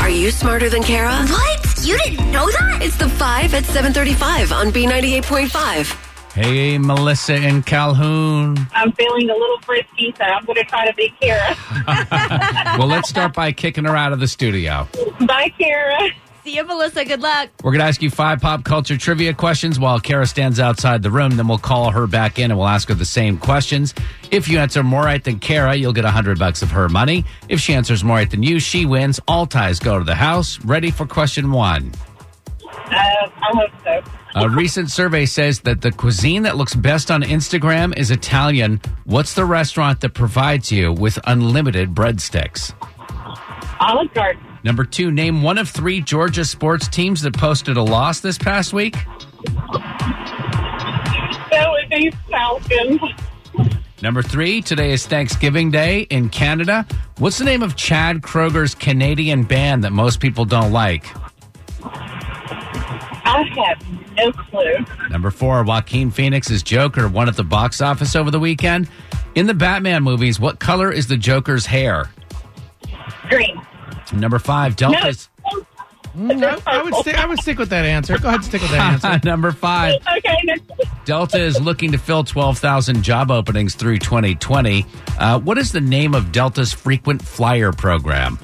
Are you smarter than Kara? What? You didn't know that? It's the 5 at 735 on B98.5. Hey, Melissa in Calhoun. I'm feeling a little frisky, so I'm going to try to be Kara. Well, let's start by kicking her out of the studio. Bye, Kara. See you, Melissa. Good luck. We're going to ask you five pop culture trivia questions while Kara stands outside the room. Then we'll call her back in and we'll ask her the same questions. If you answer more right than Kara, you'll get 100 bucks of her money. If she answers more right than you, she wins. All ties go to the house. Ready for question one. Uh, I hope so. A recent survey says that the cuisine that looks best on Instagram is Italian. What's the restaurant that provides you with unlimited breadsticks? Olive Garden, Number two, name one of three Georgia sports teams that posted a loss this past week. that would be Falcons. Number three, today is Thanksgiving Day in Canada. What's the name of Chad Kroger's Canadian band that most people don't like? I have no clue. Number four, Joaquin Phoenix's Joker won at the box office over the weekend. In the Batman movies, what color is the Joker's hair? Green. Number five, Delphi's. Mm, I, I would stick. I would stick with that answer. Go ahead, stick with that answer. Number five, Okay, then. Delta is looking to fill 12,000 job openings through 2020. Uh, what is the name of Delta's frequent flyer program?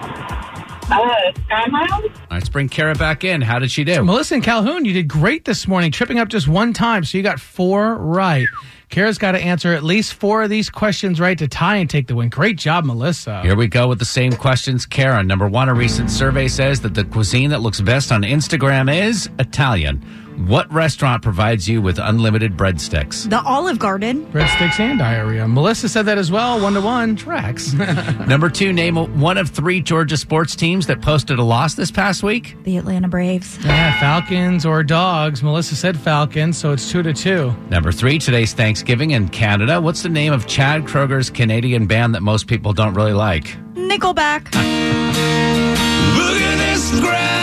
uh, Sky Miles? All right, Let's bring Kara back in. How did she do? Melissa and Calhoun, you did great this morning, tripping up just one time, so you got four right. Kara's got to answer at least four of these questions right to tie and take the win. Great job, Melissa. Here we go with the same questions, Kara. Number one, a recent survey says that the cuisine that looks best on Instagram is Italian. What restaurant provides you with unlimited breadsticks? The Olive Garden. Breadsticks and diarrhea. Melissa said that as well. One to one tracks. Number two, name one of three Georgia sports teams that posted a loss this past week. The Atlanta Braves. yeah, Falcons or dogs. Melissa said Falcons, so it's two to two. Number three, today's Thanksgiving in Canada. What's the name of Chad Kroger's Canadian band that most people don't really like? Nickelback. Look at this graph.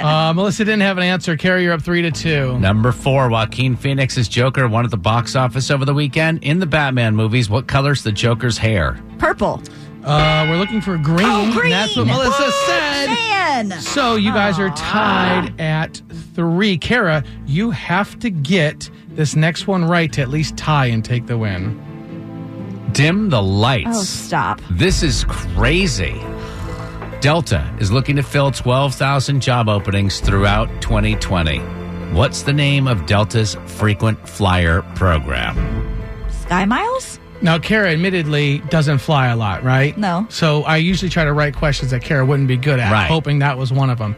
Uh, Melissa didn't have an answer. Kara, you're up three to two. Number four, Joaquin Phoenix's Joker won at the box office over the weekend. In the Batman movies, what color's the Joker's hair? Purple. Uh, we're looking for green. Oh, and That's what green. Melissa said. Man. So you guys are tied at three. Kara, you have to get this next one right to at least tie and take the win. Dim the Oh, lights. stop. This is crazy. Delta is looking to fill 12,000 job openings throughout 2020. What's the name of Delta's frequent flyer program? Sky Miles? Now, Kara admittedly doesn't fly a lot, right? No. So I usually try to write questions that Kara wouldn't be good at, Right. hoping that was one of them.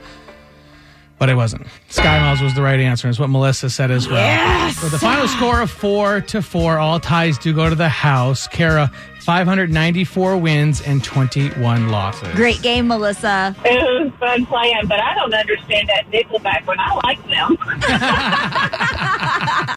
But it wasn't. Sky Miles was the right answer, is what Melissa said as well. Yes! So the final score of four to four, all ties do go to the house. Kara, 594 wins and 21 losses. Great game, Melissa. It was fun playing, but I don't understand that Nickelback when I like them.